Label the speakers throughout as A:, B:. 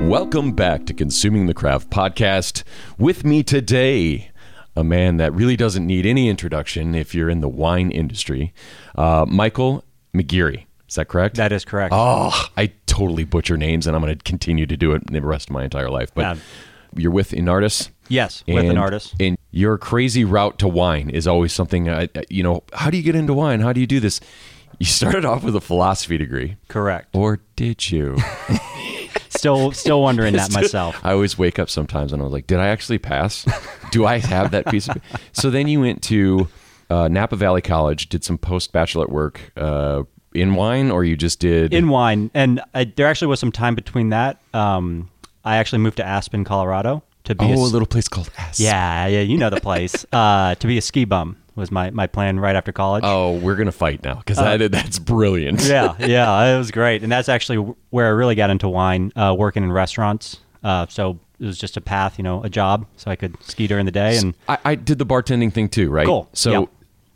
A: Welcome back to Consuming the Craft podcast. With me today, a man that really doesn't need any introduction if you're in the wine industry, uh, Michael McGeary. Is that correct?
B: That is correct.
A: oh, I totally butcher names, and I'm going to continue to do it the rest of my entire life. But
B: Yeah.
A: you're with Inartis.
B: Yes, with an
A: and-
B: artist.
A: And your crazy route to wine is always something, I, I- you know, how do you get into wine? How do you do this? You started off with a philosophy degree,
B: Correct.
A: or did you?
B: Still, still wondering that myself.
A: I always wake up sometimes and I was like, did I actually pass? Do I have that piece of So then you went to uh, Napa Valley College, did some post bachelorette work uh, in wine, or you just did.
B: In wine, and I, there actually was some time between that. Um, I actually moved to Aspen, Colorado, to be.
A: oh,
B: a,
A: a
B: s-
A: little place called S.
B: Yeah, yeah, you know the place. uh, to be a ski bum was my my plan right after college.
A: Oh, we're going to fight now because that's brilliant.
B: Uh, yeah, yeah, it was great, and that's actually wh- where I really got into wine, uh, working in restaurants. Uh, so it was just a path, you know, a job, so I could ski during the day, and
A: I, I did the bartending thing too, right?
B: Cool.
A: So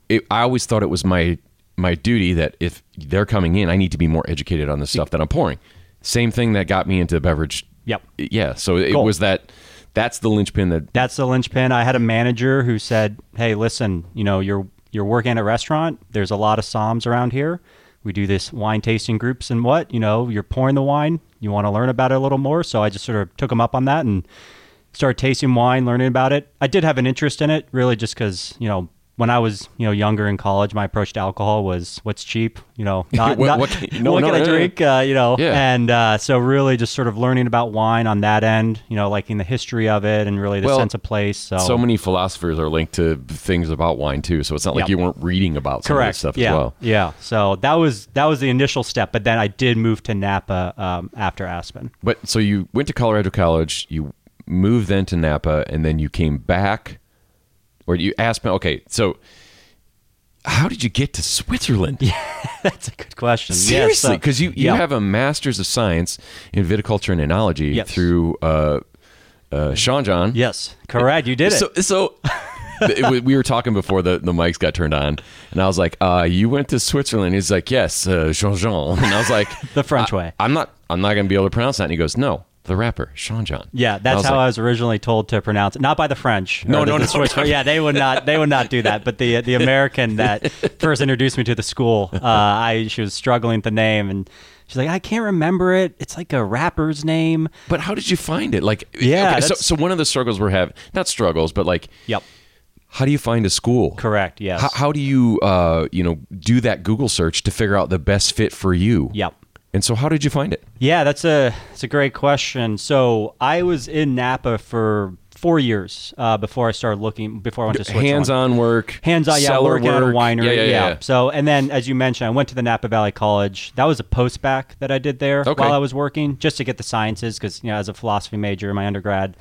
B: Yeah.
A: it, I always thought it was my my duty that if they're coming in, I need to be more educated on the stuff that I'm pouring. Same thing that got me into the beverage.
B: Yep.
A: Yeah. So it
B: Cool.
A: was that. That's the linchpin that.
B: that's the linchpin. I had a manager who said, "Hey, listen, you know, you're you're working at a restaurant. There's a lot of somms around here. We do this wine tasting groups and what, you know, you're pouring the wine. You want to learn about it a little more." So I just sort of took him up on that and started tasting wine, learning about it. I did have an interest in it, really, just because you know. When I was, you know, younger in college, my approach to alcohol was what's cheap, you know, not,
A: What-
B: not-
A: what can- no,
B: what
A: no,
B: can I
A: no, no.
B: drink, uh, you know,
A: Yeah.
B: and uh, so really just sort of learning about wine on that end, you know, liking the history of it and really the
A: Well,
B: sense of place. So,
A: So many philosophers are linked to things about wine too. So it's not like
B: Yep.
A: you weren't reading about some of
B: correct
A: this stuff
B: yeah,
A: as well.
B: Yeah. So that was that was the initial step, but then I did move to Napa um, after Aspen.
A: But so you went to Colorado College, you moved then to Napa, and then you came back, or you asked me. Okay, so how did you get to Switzerland?
B: That's a good question.
A: Seriously, because you, you
B: uh, yeah.
A: have a master's of science in viticulture and enology
B: Yes.
A: through uh, uh, Sean John.
B: yes, correct. You did it.
A: So, so it, wa- we were talking before the, the mics got turned on, and I was like, uh, "You went to Switzerland?" He's like, "Yes, uh, Jean Jean." And I was like,
B: The French
A: I-
B: way.
A: I'm not. I'm not going to be able to pronounce that. And he goes, "No, the rapper, Sean John."
B: yeah,
A: And I
B: that's
A: was
B: how
A: like,
B: I was originally told to pronounce it. Not by the French.
A: No,
B: or the-
A: no,
B: the
A: no,
B: Swiss-
A: no.
B: Yeah, they would not. They would not do that. But the the American that first introduced me to the school, uh, I she was struggling with the name, and she's like, I can't remember it. It's like a rapper's name.
A: But how did you find it? Like,
B: Yeah,
A: okay, so,
B: that's-
A: so one of the struggles we're having, not struggles, but like,
B: Yep.
A: how do you find a school?
B: Correct. Yes.
A: How, how do you, uh, you know, do that Google search to figure out the best fit for you?
B: Yep.
A: And so, how did you find it?
B: Yeah, that's a that's a great question. So I was in Napa for four years uh, before I started looking before I went to Switzerland.
A: Hands-on work.
B: Hands-on, yeah,
A: cellar
B: working at a
A: work.
B: winery,
A: Yeah, yeah, yeah.
B: So, and then as you mentioned, I went to the Napa Valley College. That was a post back that I did there
A: Okay.
B: while I was working, just to get the sciences, because you know, as a philosophy major in my undergrad,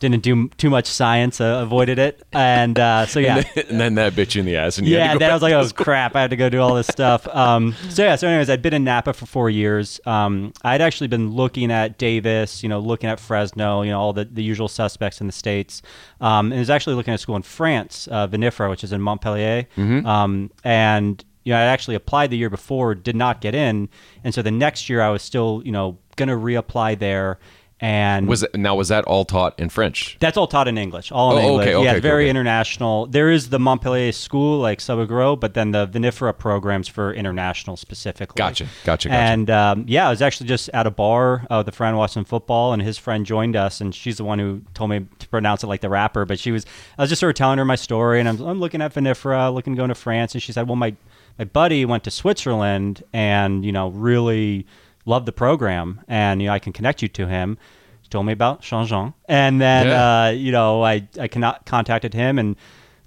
B: didn't do m- too much science, uh, avoided it, and uh, so yeah,
A: and then that bitch in the ass, and you had
B: yeah,
A: to go
B: then I was like, oh crap, I had to go do all this stuff. Um, so yeah, so anyways, I'd been in Napa for four years. Um, I'd actually been looking at Davis, you know, looking at Fresno, you know, all the, the usual suspects in the states. Um, and was actually looking at a school in France, uh, Vinifera, which is in Montpellier.
A: Mm-hmm.
B: Um, and you know, I actually applied the year before, did not get in, and so the next year I was still, you know, gonna reapply there. And
A: Was it, now was that all taught in French?
B: that's all taught in English. All
A: Oh,
B: in
A: okay,
B: English.
A: okay,
B: yeah, it's
A: okay,
B: very
A: okay.
B: international. There is the Montpellier school, like Subagro, but then the Vinifera programs for international specifically.
A: Gotcha, gotcha, gotcha.
B: And um, yeah, I was actually just at a bar uh, with a friend watching football, and his friend joined us, and she's the one who told me to pronounce it like the rapper. But she was, I was just sort of telling her my story, and I'm, I'm looking at Vinifera, looking going to France, and she said, "Well, my my buddy went to Switzerland, and you know, really loved the program, and you know, I can connect you to him." She told me about Jean Jean, and then
A: Yeah.
B: uh, you know, I I cannot contacted him and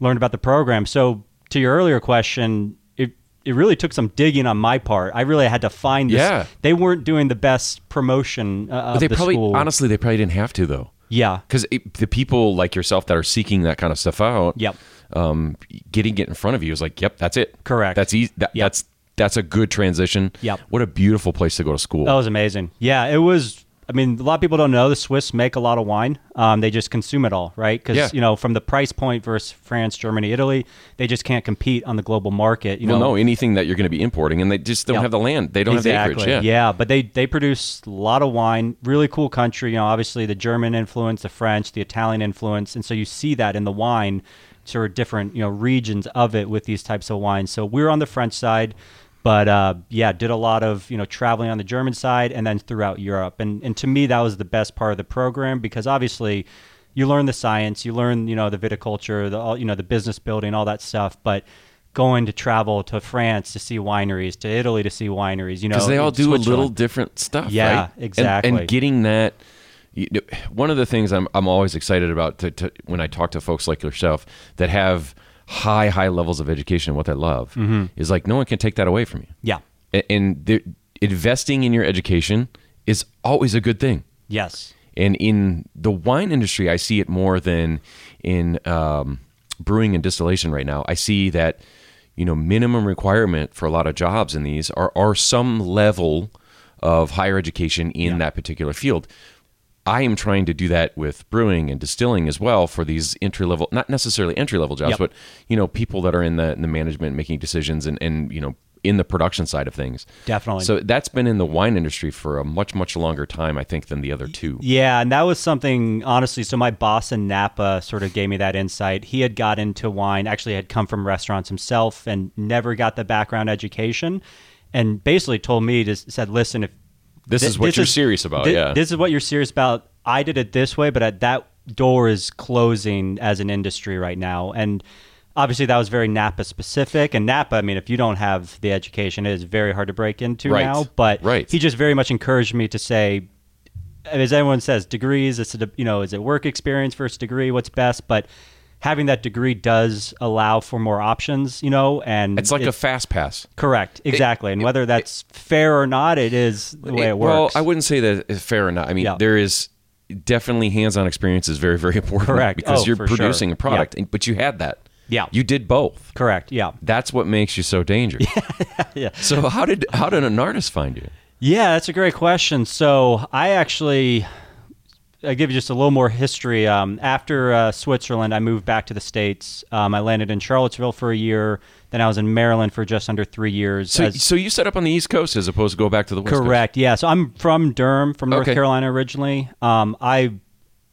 B: learned about the program. So to your earlier question. It, it really took some digging on my part. I really had to find this.
A: Yeah.
B: They weren't doing the best promotion uh, of
A: But they
B: the
A: probably,
B: school.
A: honestly, they probably didn't have to though,
B: yeah.
A: because the people like yourself that are seeking that kind of stuff out,
B: Yep.
A: um, getting it in front of you is like, yep, that's it.
B: Correct.
A: That's easy. That,
B: Yep.
A: That's that's a good transition.
B: Yep. Oh,
A: What a beautiful place to go to school.
B: That was amazing. Yeah, it was I mean, a lot of people don't know the Swiss make a lot of wine. Um, they just consume it all, right? Because
A: Yeah.
B: you know, from the price point versus France, Germany, Italy, they just can't compete on the global market. You
A: well,
B: know,
A: no, anything that you're going to be importing, and they just don't
B: Yeah.
A: have the land. They don't
B: exactly.
A: have the acreage. Yeah.
B: but they they produce a lot of wine. Really cool country. You know, obviously the German influence, the French, the Italian influence, and so you see that in the wine, sort of different you know regions of it with these types of wines. So we're on the French side. But uh, yeah, did a lot of you know traveling on the German side and then throughout Europe, and and to me that was the best part of the program because obviously you learn the science, you learn you know the viticulture, the all you know the business building, all that stuff. But going to travel to France to see wineries, to Italy to see wineries, you know,
A: because they all
B: in
A: do a little
B: Switzerland.
A: different stuff.
B: Yeah,
A: right? And- And,
B: exactly.
A: getting that, you know, one of the things I'm I'm always excited about to, to, when I talk to folks like yourself that have high high levels of education and what they love
B: Mm-hmm.
A: is like no one can take that away from you.
B: Yeah.
A: A- and there- investing in your education is always a good thing.
B: Yes.
A: And in the wine industry, I see it more than in um, brewing and distillation right now. I see that you know minimum requirement for a lot of jobs in these are are some level of higher education in that particular field. I am trying to do that with brewing and distilling as well for these entry level, not necessarily entry level jobs,
B: Yep.
A: but you know people that are in the in the management, making decisions, and and you know in the production side of things.
B: Definitely.
A: So that's been in the wine industry for a much much longer time, I think, than the other two.
B: Yeah, and that was something honestly. So my boss in Napa sort of gave me that insight. He had got into wine, actually had come from restaurants himself, and never got the background education, and basically told me just said, "Listen, if
A: This is what you're serious about,
B: thi-
A: yeah.
B: this is what you're serious about. I did it this way, but at that door is closing as an industry right now, and." Obviously, that was very Napa specific, and Napa. I mean, if you don't have the education, it is very hard to break into
A: Right.
B: now. But
A: Right.
B: he just very much encouraged me to say, as everyone says, degrees. It's a de- you know, is it work experience versus degree? What's best? But having that degree does allow for more options, you know, and
A: It's like a
B: it-
A: fast pass.
B: correct, exactly. and whether that's fair or not, it is the way it,
A: Well,
B: works.
A: I wouldn't say that it's fair or not. I mean,
B: Yeah.
A: there is definitely hands-on experience is very, very important.
B: Correct.
A: Because
B: Oh,
A: you're
B: for sure.
A: producing a
B: Yeah.
A: product, and- but you had that.
B: Yeah.
A: You did both.
B: correct, yeah,
A: That's what makes you so dangerous.
B: yeah.
A: so how did how did an artist find you?
B: Yeah, that's a great question. So I actually, I give you just a little more history. Um, after uh, Switzerland, I moved back to the states. Um, I landed in Charlottesville for a year. Then I was in Maryland for just under three years.
A: So
B: as-
A: so you set up on the East Coast as opposed to go back to the West Coast.
B: Correct. Yeah. So I'm from Durham, from North
A: Okay.
B: Carolina originally. Um, I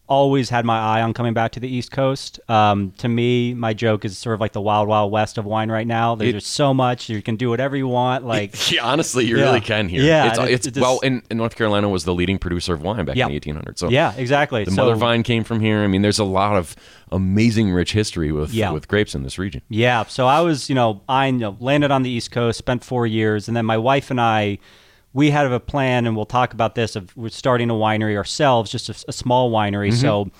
B: always had my eye on coming back to the East Coast. Um, to me, my joke is sort of like the wild, wild west of wine right now. There's
A: It-
B: just so much. You can do whatever you want. Like,
A: Yeah, honestly, you
B: Yeah.
A: really can here.
B: Yeah,
A: it's,
B: and it-
A: it's
B: it just-
A: well, and, and North Carolina was the leading producer of wine back
B: Yeah.
A: in the 1800s. So
B: yeah, exactly.
A: the
B: so,
A: mother vine came from here. I mean, there's a lot of amazing rich history with
B: Yeah.
A: with grapes in this region.
B: Yeah. So I was, you know, I you know, landed on the East Coast, spent four years, and then my wife and I, we had a plan, and we'll talk about this of we're starting a winery ourselves, just a, a small winery. So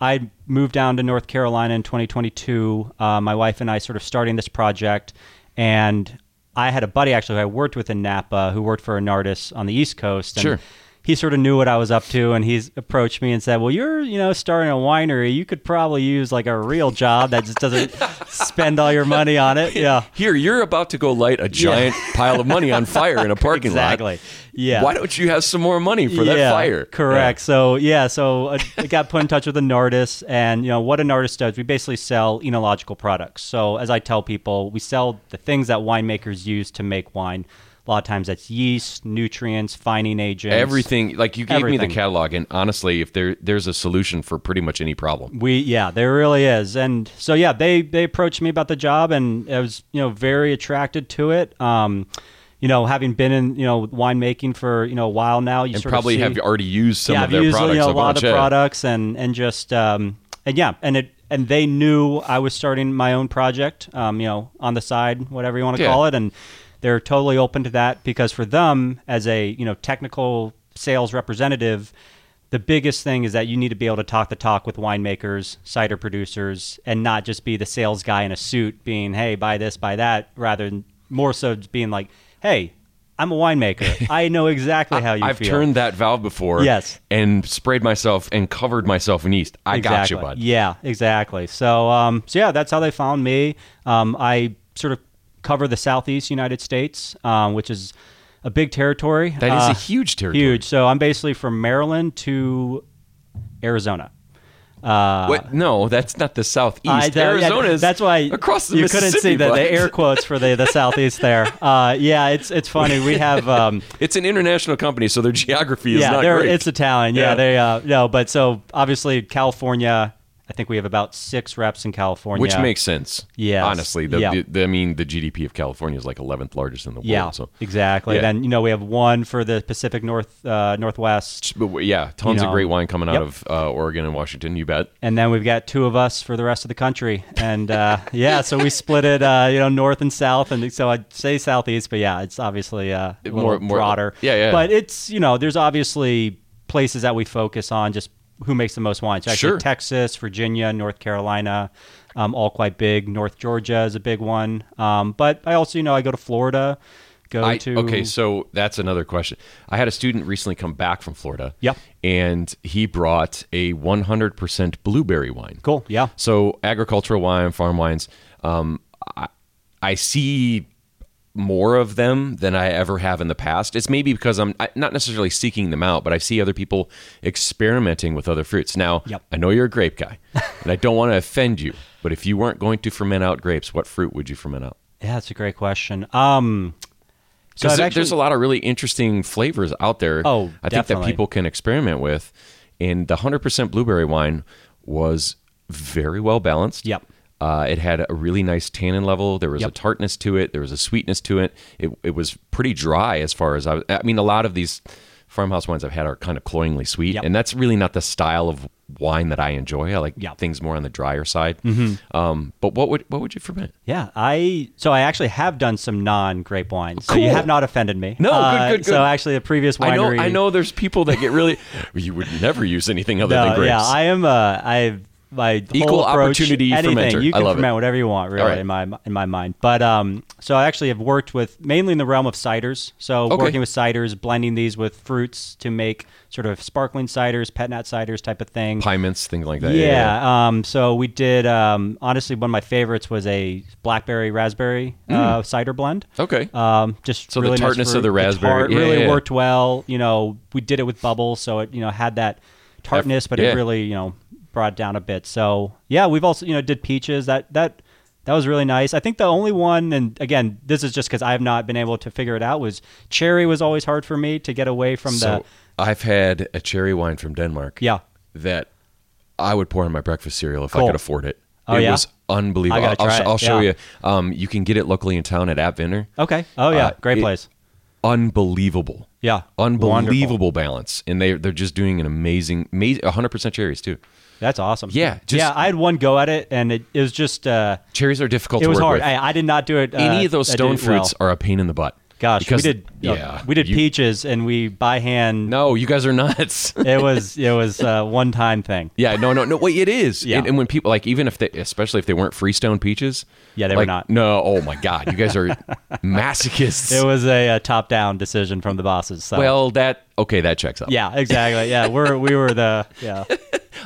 B: I moved down to North Carolina in 2022. Uh, my wife and I sort of starting this project, and I had a buddy actually who I worked with in Napa who worked for Anardis on the East Coast. And
A: Sure.
B: He sort of knew what I was up to, and he's approached me and said, "Well, you're, you know, starting a winery. You could probably use like a real job that just doesn't spend all your money on it." Yeah,
A: Here, you're about to go light a giant pile of money on fire in a parking lot.
B: exactly. Yeah.
A: Why don't you have some more money for
B: yeah,
A: that fire?
B: Correct. So yeah, so uh, I got put in touch with an artist, and you know what an artist does, we basically sell enological products. So as I tell people, we sell the things that winemakers use to make wine. A lot of times that's yeast, nutrients, fining agents,
A: Yeah. Everything like you gave me
B: Everything.
A: the catalog, and honestly, if there there's a solution for pretty much any problem,
B: We yeah, there really is, and so yeah, they they approached me about the job, and I was you know very attracted to it. Um, you know, having been in you know winemaking for you know a while now, you
A: and
B: sort
A: probably
B: of see,
A: have already used some
B: yeah,
A: of their
B: I've used,
A: products.
B: you know, a lot
A: bunch,
B: of
A: yeah.
B: products, and and just um, and yeah, and it and they knew I was starting my own project, um, you know, on the side, whatever you want to
A: Yeah.
B: call it, and they're totally open to that because for them, as a you know technical sales representative. The biggest thing is that you need to be able to talk the talk with winemakers, cider producers, and not just be the sales guy in a suit being, hey, buy this, buy that, rather than more so just being like, hey, I'm a winemaker. I know exactly how you
A: I've
B: feel.
A: turned that valve before,
B: Yes.
A: and sprayed myself and covered myself in yeast. I got you,
B: Exactly.
A: bud.
B: Yeah, exactly. So, um, so yeah, that's how they found me. Um, I sort of cover the Southeast United States, um, which is a big territory.
A: That is
B: Uh,
A: a huge territory.
B: Huge. So I'm basically from Maryland to Arizona. Uh,
A: What? No, that's not the southeast.
B: I- that- yeah,
A: Arizona is
B: that's why
A: across the
B: you couldn't
A: Mississippi,
B: see the,
A: bud.
B: the air quotes for the, the southeast there. Uh, yeah, it's it's funny. We have um,
A: It's an international company, so their geography is
B: yeah,
A: not
B: they're,
A: great.
B: it's Italian. Yeah,
A: Yeah.
B: they uh, no, but so obviously California. I think we have about six reps in California,
A: which makes sense.
B: Yes.
A: honestly, the,
B: Yeah.
A: the, the- I mean, the GDP of California is like 11th largest in the world.
B: yeah
A: So,
B: exactly.
A: Yeah.
B: Then you know we have one for the Pacific North uh, Northwest.
A: but w- yeah, tons
B: You know.
A: of great wine coming out
B: Yep.
A: of uh, Oregon and Washington. You bet.
B: and then we've got two of us for the rest of the country and uh, yeah so we split it uh, you know north and south and so i'd say southeast but yeah it's obviously uh, a
A: More-
B: more,
A: more-
B: broader
A: yeah, yeah.
B: but it's you know there's obviously places that we focus on just who makes the most wine so actually
A: Sure.
B: texas virginia north carolina um, all quite big north georgia is a big one um, but i also you know i go to florida go
A: I,
B: to
A: okay, so that's another question. I had a student recently come back from Florida.
B: Yep.
A: And he brought a 100% blueberry wine.
B: cool yeah
A: So agricultural wine, farm wines, um, I, I see more of them than I ever have in the past. It's maybe because I'm I- not necessarily seeking them out, but I see other people experimenting with other fruits. Now,
B: Yep.
A: I know you're a grape guy, and I don't want to offend you, but if you weren't going to ferment out grapes, what fruit would you ferment out?
B: yeah that's a great question um so
A: Because
B: I've
A: there,
B: actually,
A: there's a lot of really interesting flavors out there. I
B: Oh,
A: think that
B: definitely.
A: people can experiment with. And the 100% blueberry wine was very well balanced.
B: Yep.
A: Uh, it had a really nice tannin level. There was a
B: Yep.
A: tartness to it. There was a sweetness to it. It, it was pretty dry as far as I was. I mean, a lot of these farmhouse wines I've had are kind of cloyingly sweet.
B: Yep.
A: And that's really not the style of wine that I enjoy. I like
B: Yep. Mm-hmm.
A: things more on the drier side. Um, but what would what would you ferment?
B: Yeah, I so I actually have done some non grape wines. So you
A: Cool.
B: have not offended me. Uh,
A: No, good, good, good.
B: So actually, a previous winery.
A: I know, I know there's people that get really, you would never use anything other
B: No,
A: than grapes.
B: yeah, I am. Uh, I my
A: Equal
B: whole approach,
A: opportunity
B: anything
A: fermenter.
B: you
A: I
B: can
A: love it.
B: ferment whatever you want, really,
A: right.
B: in my in my mind. But um, so I actually have worked with mainly in the realm of ciders. So
A: Okay.
B: working with ciders, blending these with fruits to make sort of sparkling ciders, pet nat ciders type of thing.
A: pie mints, things like that.
B: Yeah. Um, so we did. Um, honestly, one of my favorites was a blackberry raspberry uh, cider blend.
A: Hmm. Okay.
B: Um, just
A: So the
B: really nice
A: tartness of
B: fruit.
A: the raspberry-
B: tart
A: yeah,
B: really
A: yeah, yeah.
B: worked well. You know, we did it with bubbles, so it you know had that tartness, but
A: yeah.
B: it really you know brought it down a bit. So yeah, we've also you know did peaches that that that was really nice. I think the only one, and again, this is just because I've not been able to figure it out, was cherry was always hard for me to get away from
A: So I've had a cherry wine from Denmark.
B: Yeah.
A: That I would pour in my breakfast cereal if I
B: Cool.
A: could afford it.
B: Oh,
A: it
B: yeah?
A: was unbelievable.
B: I gotta
A: will
B: try it,
A: I'll show
B: yeah.
A: you. Um, you can get it locally in town at Apviner.
B: the okay. Oh yeah,
A: Uh,
B: great
A: it-
B: place.
A: Unbelievable.
B: Yeah.
A: Unbelievable
B: Wonderful.
A: balance, and they they're just doing an amazing, amazing, 100% cherries too.
B: That's awesome.
A: Yeah, just-
B: yeah. I had one go at it, and it, it was just uh,
A: Cherries are difficult.
B: it
A: to
B: was
A: work
B: hard.
A: With.
B: I, I did not do it.
A: Any
B: uh,
A: of those
B: I did
A: stone
B: it well.
A: fruits are a pain in the butt.
B: Gosh,
A: Because-
B: we did.
A: Yeah,
B: Yeah, we did
A: you-
B: peaches, and we by hand.
A: No, you guys are nuts.
B: It was it was a one time thing.
A: Yeah, no, no, no. Wait, it is.
B: Yeah.
A: And, and when people like, even if they, especially if they weren't Freestone peaches.
B: Yeah, they were
A: like,
B: not.
A: No, oh my God, you guys are masochists.
B: It was a, uh top down decision from the bosses. So.
A: well, that okay, that checks out.
B: yeah, exactly. Yeah, we're we were the yeah.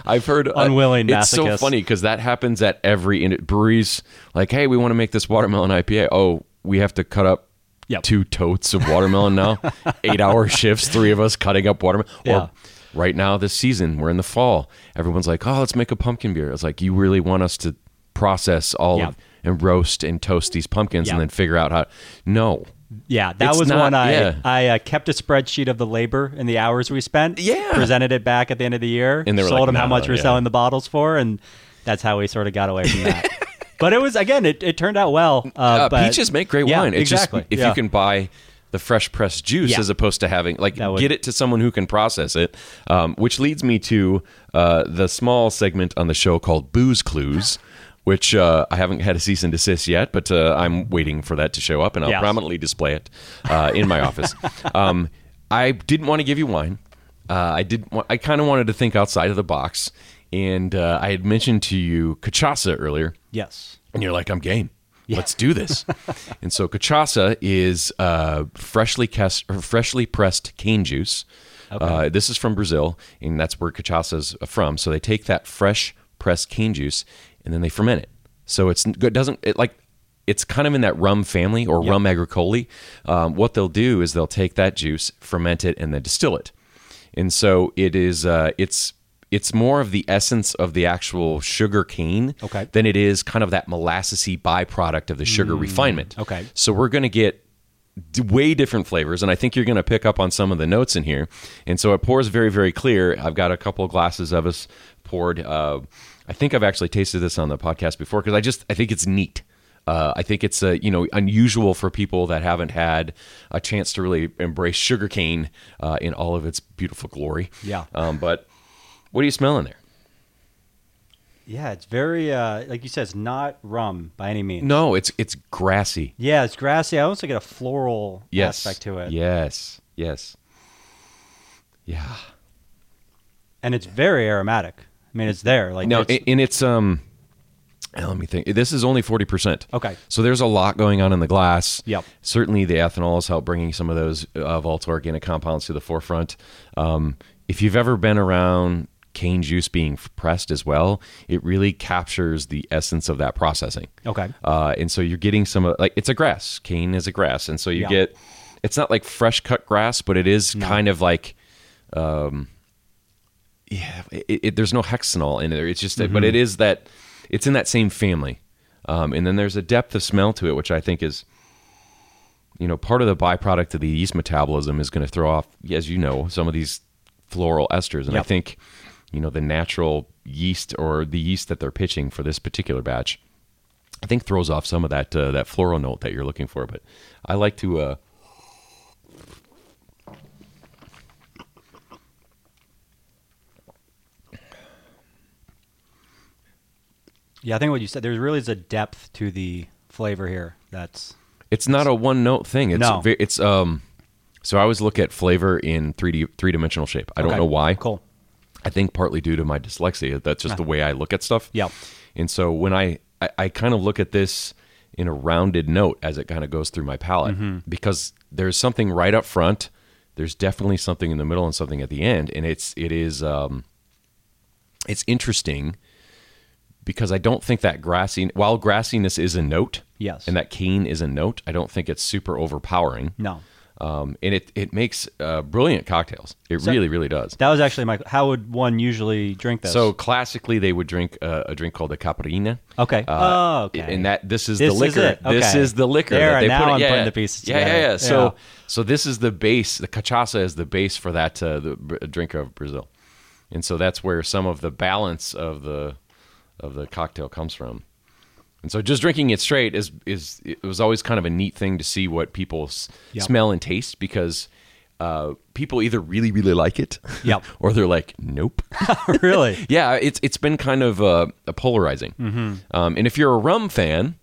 A: I've heard uh,
B: Unwilling
A: It's so
B: masochists.
A: funny because that happens at every in- breweries. Like, hey, we want to make this watermelon IPA. Oh, we have to cut up.
B: Yep.
A: Two totes of watermelon now, eight hour shifts, three of us cutting up watermelon. Or
B: Yeah.
A: right now, this season, we're in the fall. Everyone's like, oh, let's make a pumpkin beer. It's like, you really want us to process all
B: Yeah.
A: of and roast and toast these pumpkins and
B: Yeah.
A: then figure out how. No.
B: Yeah, that
A: It's
B: was
A: not-
B: one I
A: yeah.
B: I uh, kept a spreadsheet of the labor and the hours we spent.
A: Yeah.
B: presented it back at the end of the year.
A: And they were
B: sold
A: like,
B: them how
A: "Nah,
B: much we we're
A: yeah."
B: selling the bottles for, and that's how we sort of got away from that. but it was again, it, it turned out well. Uh,
A: Uh,
B: but-
A: peaches make great
B: Yeah,
A: wine. It's
B: exactly.
A: just if
B: Yeah.
A: you can buy the fresh pressed juice
B: Yeah.
A: as opposed to having like
B: That would-
A: get it to someone who can process it, um, which leads me to uh, the small segment on the show called Booze Clues. Which uh, I haven't had a cease and desist yet, but uh, I'm waiting for that to show up, and I'll
B: Yes.
A: prominently display it uh, in my office. Um, I didn't want to give you wine. Uh, I did. Want, I kind of wanted to think outside of the box, and uh, I had mentioned to you cachaça earlier.
B: yes,
A: And you're like, I'm game. Let's do this. and so cachaça is uh, freshly cast, or freshly pressed cane juice. Uh, this is from Brazil, and that's where cachaça's from. So they take that fresh pressed cane juice and then they ferment it. So it's it doesn't it like it's kind of in that rum family or rum agricoli. Um, what they'll do is they'll take that juice, ferment it, and then distill it. And so it is. Uh, it's it's more of the essence of the actual sugar cane
B: Okay.
A: than it is kind of that molassesy byproduct of the sugar refinement.
B: okay.
A: So we're going to get d- way different flavors, and I think you're going to pick up on some of the notes in here. And so it pours very, very clear. I've got a couple of glasses of us poured. Uh, I think I've actually tasted this on the podcast before because I just I think it's neat. Uh, I think it's uh, you know unusual for people that haven't had a chance to really embrace sugarcane uh, in all of its beautiful glory.
B: Yeah.
A: Um, but what are you smelling there?
B: Yeah, it's very uh, like you said, it's not rum by any means.
A: No, it's it's grassy.
B: Yeah, it's grassy. I also get a floral
A: Yes.
B: aspect to it,
A: Yes. Yes. Yeah.
B: and it's very aromatic. I mean, it's there. Like
A: No,
B: it's,
A: a- and it's um. Let me think. This is only forty percent.
B: Okay.
A: So there's a lot going on in the glass.
B: Yep.
A: Certainly, the ethanol is help bringing some of those uh, volatile organic compounds to the forefront. Um, if you've ever been around cane juice being pressed as well, it really captures the essence of that processing.
B: okay.
A: Uh, and so you're getting some of like it's a grass. Cane is a grass, and so you
B: Yeah.
A: get it's not like fresh cut grass, but it is kind of like, um, yeah. It, it, there's no hexanol in there. It's just, that but
B: Mm-hmm.
A: it is that it's in that same family. Um, and then there's a depth of smell to it, which I think is, you know, part of the byproduct of the yeast metabolism is going to throw off, as you know, some of these floral esters. And I
B: Yep.
A: think, you know, the natural yeast or the yeast that they're pitching for this particular batch I think throws off some of that uh, that floral note that you're looking for. But I like to. Uh,
B: Yeah, I think what you said. There really is a depth to the flavor here. That's
A: it's not a one note thing. It's
B: No.
A: ve- it's um. So I always look at flavor in three D three dimensional shape. I don't
B: okay,
A: know why.
B: Cool.
A: I think partly due to my dyslexia. That's just
B: Ah.
A: the way I look at stuff.
B: Yeah.
A: And so when I, I, I kind of look at this in a rounded note as it kind of goes through my palate
B: Mm-hmm.
A: because there's something right up front. There's definitely something in the middle and something at the end. And it's, it is, um, it's interesting because I don't think that grassy, while grassiness is a note
B: Yes.
A: and that cane is a note, I don't think it's super overpowering.
B: No.
A: Um, and it, it makes uh, brilliant cocktails. It
B: So-
A: really, really does.
B: That was actually my. How would one usually drink this?
A: So classically, they would drink uh, a drink called a caprina.
B: okay.
A: Uh,
B: oh, okay.
A: And that this is
B: This
A: the
B: is
A: liquor.
B: it.
A: This
B: Okay.
A: is the liquor.
B: There,
A: that they
B: now
A: put it-
B: I'm
A: yeah,
B: putting
A: yeah.
B: the pieces
A: yeah, Yeah,
B: together.
A: yeah. So,
B: Yeah.
A: so this is the base. The cachaça is the base for that uh, the br- drink of Brazil, and so that's where some of the balance of the of the cocktail comes from. And so, just drinking it straight is is it was always kind of a neat thing to see what people s-
B: Yep.
A: smell and taste because. Uh, people either really really like it,
B: Yep.
A: or they're like, nope.
B: really.
A: Yeah, it's it's been kind of uh, polarizing. Um, and if you're a rum fan,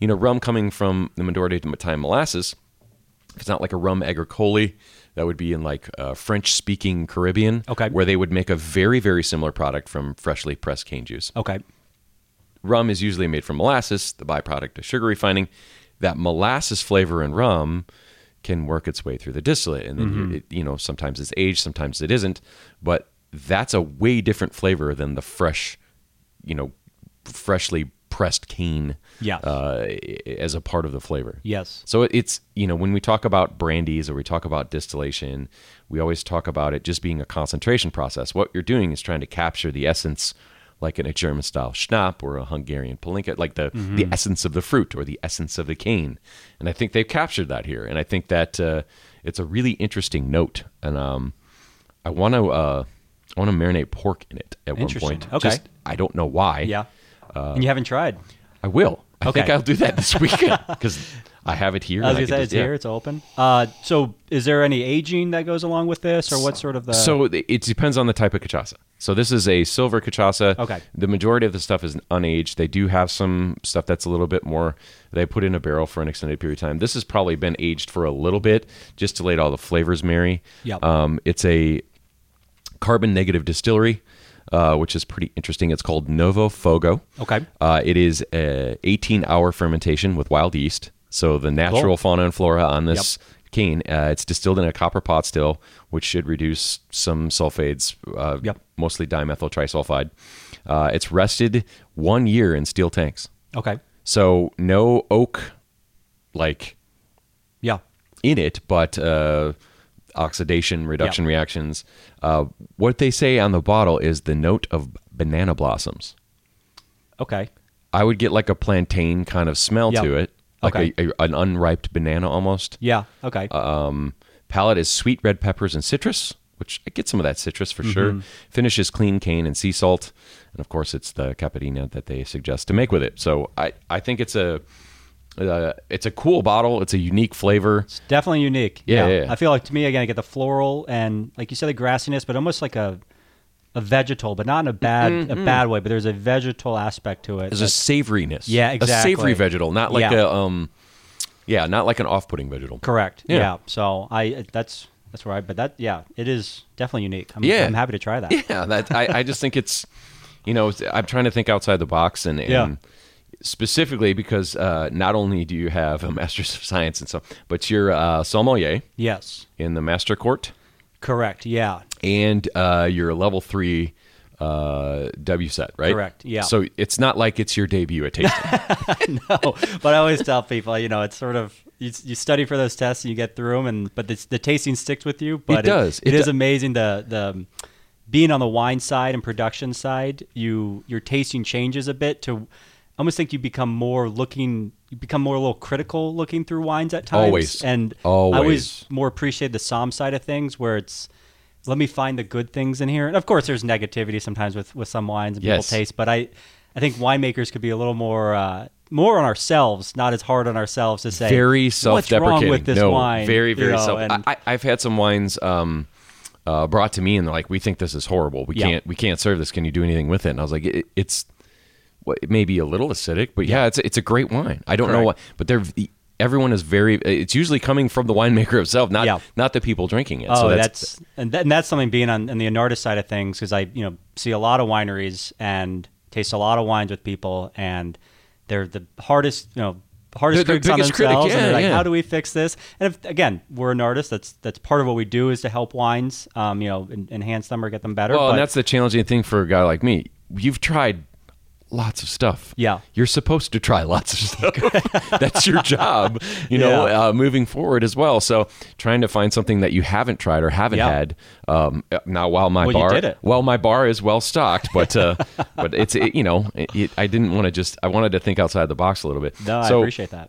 A: you know rum coming from the majority of the time molasses. If it's not like a rum agricole, that would be in like uh, French-speaking Caribbean,
B: Okay.
A: where they would make a very very similar product from freshly pressed cane juice.
B: Okay.
A: Rum is usually made from molasses, the byproduct of sugar refining. That molasses flavor in rum can work its way through the distillate, and then you it, you know sometimes it's aged, sometimes it isn't. But that's a way different flavor than the fresh, you know, freshly pressed cane
B: Yes.
A: uh, i- i- as a part of the flavor.
B: Yes.
A: So it- it's, you know, when we talk about brandies or we talk about distillation, we always talk about it just being a concentration process. What you're doing is trying to capture the essence, like in a German style schnapp or a Hungarian palinka, like the,
B: Mm-hmm.
A: the essence of the fruit or the essence of the cane. And I think they've captured that here. And I think that uh, it's a really interesting note. And um, I want to. Uh, I want to marinate pork in it at one
B: Interesting.
A: point.
B: Okay.
A: Just- I don't know why.
B: Yeah.
A: Uh,
B: and you haven't tried.
A: I will. I think
B: Okay.
A: I'll do that this weekend because I have it here.
B: I was
A: and can
B: gonna say
A: just-
B: it's
A: yeah.
B: here. It's open. Uh, so is there any aging that goes along with this, or what sort of the?
A: So it it depends on the type of cachaça. So this is a silver cachaça.
B: Okay.
A: The majority of the stuff is unaged. They do have some stuff that's a little bit more. They put in a barrel for an extended period of time. This has probably been aged for a little bit just to let all the flavors marry.
B: Yep.
A: Um, it's a carbon negative distillery, uh, which is pretty interesting. It's called Novo Fogo.
B: Okay.
A: Uh, it is a 18 hour fermentation with wild yeast. So the natural
B: Cool.
A: fauna and flora on this cane, uh, it's distilled in a copper pot still, which should reduce some sulfates, uh,
B: Yep.
A: mostly dimethyl trisulfide. Uh, it's rested one year in steel tanks.
B: Okay.
A: So no oak like
B: Yeah.
A: in it, but uh, oxidation reduction reactions. Uh, what they say on the bottle is the note of banana blossoms.
B: Okay.
A: I would get like a plantain kind of smell
B: Yep.
A: to it, like
B: Okay.
A: a, a- an unripe banana almost.
B: Yeah. Okay.
A: Palate is sweet red peppers and citrus, which I get some of that citrus for
B: Mm-hmm.
A: sure. Finish is clean cane and sea salt, and of course it's the capadina that they suggest to make with it. So I, I think it's a uh, it's a cool bottle. It's a unique flavor.
B: It's definitely unique.
A: Yeah, yeah, yeah.
B: I feel like to me again, I get the floral and like you said, the grassiness, but almost like a a vegetal, but not in a bad a bad way. But there's a vegetal aspect to it.
A: Mm-hmm. There's a
B: that's-
A: savoriness.
B: Yeah,
A: A
B: exactly.
A: savory vegetable, not like
B: Yeah.
A: a um, yeah, not like an off-putting vegetable.
B: correct. Yeah.
A: Yeah.
B: So I that's that's where I. But that yeah, it is definitely unique. I'm,
A: Yeah.
B: I'm happy to try that.
A: Yeah, that I, I just think it's you know it's- I'm trying to think outside the box and, and
B: Yeah.
A: specifically because uh, not only do you have a master's of science and stuff, but you're a sommelier
B: Yes.
A: in the master court
B: Correct. Yeah.
A: and uh, you're a level three uh, W set, right?
B: Correct, yeah.
A: So it's not like it's your debut at tasting.
B: no, but I always tell people, you know, it's sort of you, you study for those tests and you get through them, and but the, the tasting sticks with you. But
A: does.
B: it
A: It
B: is
A: do-
B: amazing the the being on the wine side and production side. You your tasting changes a bit to. I almost think you become more looking. You become more a little critical looking through wines at times.
A: Always.
B: and I always
A: Always.
B: more appreciate the psalm side of things where it's. Let me find the good things in here, and of course, there's negativity sometimes with with some wines and
A: Yes.
B: people taste. But I, I think winemakers could be a little more uh, more on ourselves, not as hard on ourselves to say
A: very self-deprecating.
B: What's wrong with this
A: no,
B: wine?
A: very
B: You
A: very
B: know,
A: self.
B: and-
A: I, I've had some wines um, uh, brought to me and they're like, "We think this is horrible. We
B: Yeah.
A: can't we can't serve this. Can you do anything with it?" And I was like, it, "It's well, it may be a little acidic, but yeah, it's it's a great wine. I don't know what,
B: Correct.
A: but they're." Everyone is very. It's usually coming from the winemaker himself, not
B: Yeah.
A: not the people drinking it.
B: Oh,
A: so
B: that's, and, that, and that's something being on, on the Anarda side of things because I you know see a lot of wineries and taste a lot of wines with people and they're the hardest you know hardest
A: They're the
B: critics on
A: biggest critic,
B: themselves and
A: yeah,
B: they're like
A: yeah.
B: how do we fix this and if, again we're an artist that's that's part of what we do is to help wines um, you know en- enhance them or get them better
A: Well,
B: but
A: and that's the challenging thing for a guy like me. You've tried lots of stuff.
B: Yeah.
A: You're supposed to try lots of stuff. that's your job, you know,
B: Yeah.
A: uh, moving forward as well. So trying to find something that you haven't tried or haven't
B: Yeah.
A: had. Um, uh, now, while my
B: Well, you
A: bar,
B: did it.
A: well, my bar is well stocked, but, uh, but it's, it, you know, it, it, I didn't want to just, I wanted to think outside the box a little bit.
B: no I
A: So,
B: appreciate that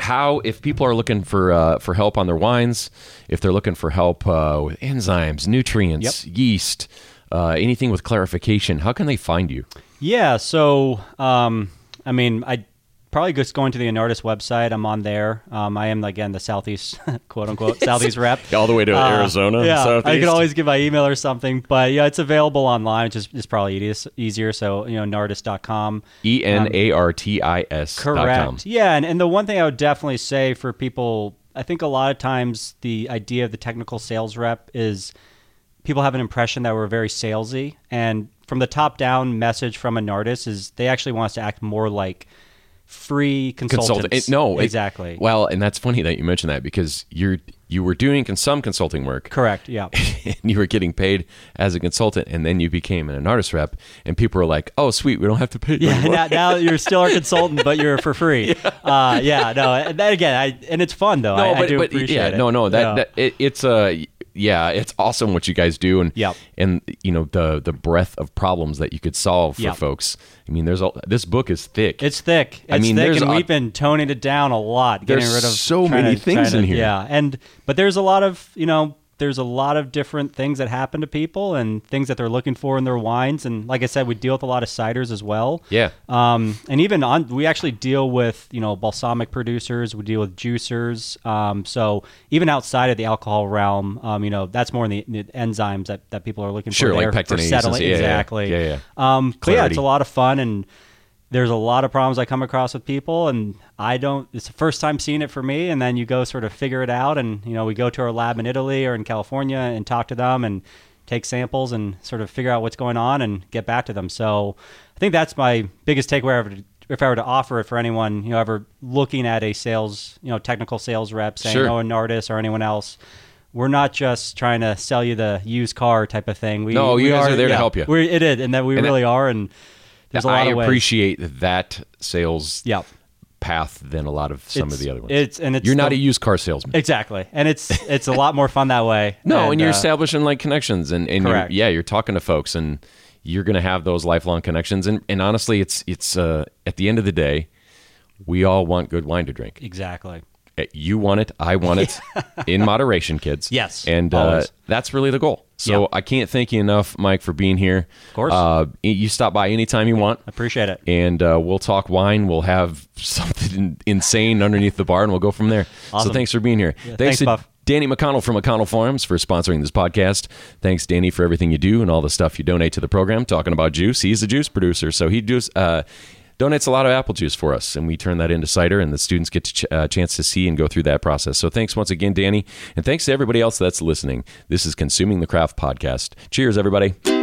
A: how if people are looking for uh, for help on their wines, if they're looking for help uh, with enzymes, nutrients, yeast, uh, anything with clarification, how can they find you?
B: Yeah, so um, I mean, I probably just going to the Anartis website. I'm on there. Um, I am again the southeast, quote unquote, southeast rep. Uh,
A: All the way to Arizona,
B: Yeah, I
A: southeast?
B: could always give my email or something, but yeah, it's available online, which is, is probably easiest, easier. So you know, nardis.com.
A: E N A R T I S. dot
B: Correct.
A: com.
B: Yeah, and, and the one thing I would definitely say for people, I think a lot of times the idea of the technical sales rep is people have an impression that we're very salesy, and from the top down message from an artist is they actually want us to act more like free consultants.
A: Consultant. It- no, it-
B: exactly.
A: well, and that's funny that you mentioned that because you're you were doing cons- some consulting work,
B: Correct. Yeah.
A: and you were getting paid as a consultant, and then you became an artist rep, and people were like, "Oh, sweet, we don't have to pay." you
B: Yeah,
A: anymore."
B: now, now you're still our consultant, but you're for free. Yeah, uh, yeah no, and that again, I, and it's fun though. I, I do appreciate
A: yeah,
B: it.
A: No, no, that,
B: Yeah.
A: that it, it's uh, yeah, it's awesome what you guys do, and
B: Yep.
A: and you know the the breadth of problems that you could solve for
B: Yep.
A: folks. I mean, there's all this book is thick.
B: It's thick. It's
A: I mean,
B: thick,
A: there's
B: and
A: a-
B: we've been toning it down a lot. Getting
A: There's
B: rid of
A: so
B: trying
A: many
B: to-
A: things
B: trying to-
A: in here.
B: Yeah, and but there's a lot of you know there's a lot of different things that happen to people and things that they're looking for in their wines. And like I said, we deal with a lot of ciders as well.
A: yeah,
B: Um, and even on, we actually deal with you know balsamic producers. We deal with juicers. Um, so even outside of the alcohol realm, um, you know that's more in the, the enzymes that, that people are looking
A: Sure,
B: for.
A: like
B: there for
A: pectinases.
B: settling.
A: Yeah, yeah, yeah.
B: exactly.
A: Yeah, yeah.
B: Um, but yeah, it's
A: Clarity.
B: a lot of fun, and there's a lot of problems I come across with people, and I don't. It's the first time seeing it for me, and then you go sort of figure it out, and you know we go to our lab in Italy or in California and talk to them and take samples and sort of figure out what's going on and get back to them. So I think that's my biggest takeaway. Ever to, if I were to offer it for anyone, you know, ever looking at a sales, you know, technical sales rep saying,
A: Sure.
B: "Oh, an artist or anyone else." We're not just trying to sell you the used car type of thing. We,
A: No,
B: we
A: you guys are there to help you.
B: We're, it is, and that we
A: And
B: really are. And there's a lot
A: I
B: of ways.
A: appreciate that sales
B: Yep.
A: path than a lot of some
B: It's-
A: of the other ones.
B: It's and it's
A: you're not
B: the-
A: a used car salesman.
B: exactly, and it's it's a lot more fun that way.
A: no, and, you're
B: uh,
A: establishing like connections and, and you're,
B: Correct.
A: yeah, you're talking to folks and you're going to have those lifelong connections. And, and honestly, it's, it's, uh, at the end of the day, we all want good wine to drink.
B: exactly.
A: Uh, You want it. I want it in moderation, kids.
B: Yes,
A: And, uh,
B: always.
A: that's really the goal. So
B: Yeah.
A: I can't thank you enough, Mike, for being here. Of
B: course.
A: Uh, you stop by anytime you want.
B: Appreciate it.
A: and uh, we'll talk wine. We'll have something insane underneath the bar, and we'll go from there.
B: Awesome.
A: So thanks for being here.
B: thanks,
A: to
B: Buff.
A: Danny McConnell from McConnell Farms for sponsoring this podcast. Thanks, Danny, for everything you do and all the stuff you donate to the program. Talking about juice, he's a juice producer, so he does. Uh, Donates a lot of apple juice for us, and we turn that into cider, and the students get a ch- uh, chance to see and go through that process. So, thanks once again, Danny, and thanks to everybody else that's listening. This is Consuming the Craft Podcast. Cheers, everybody.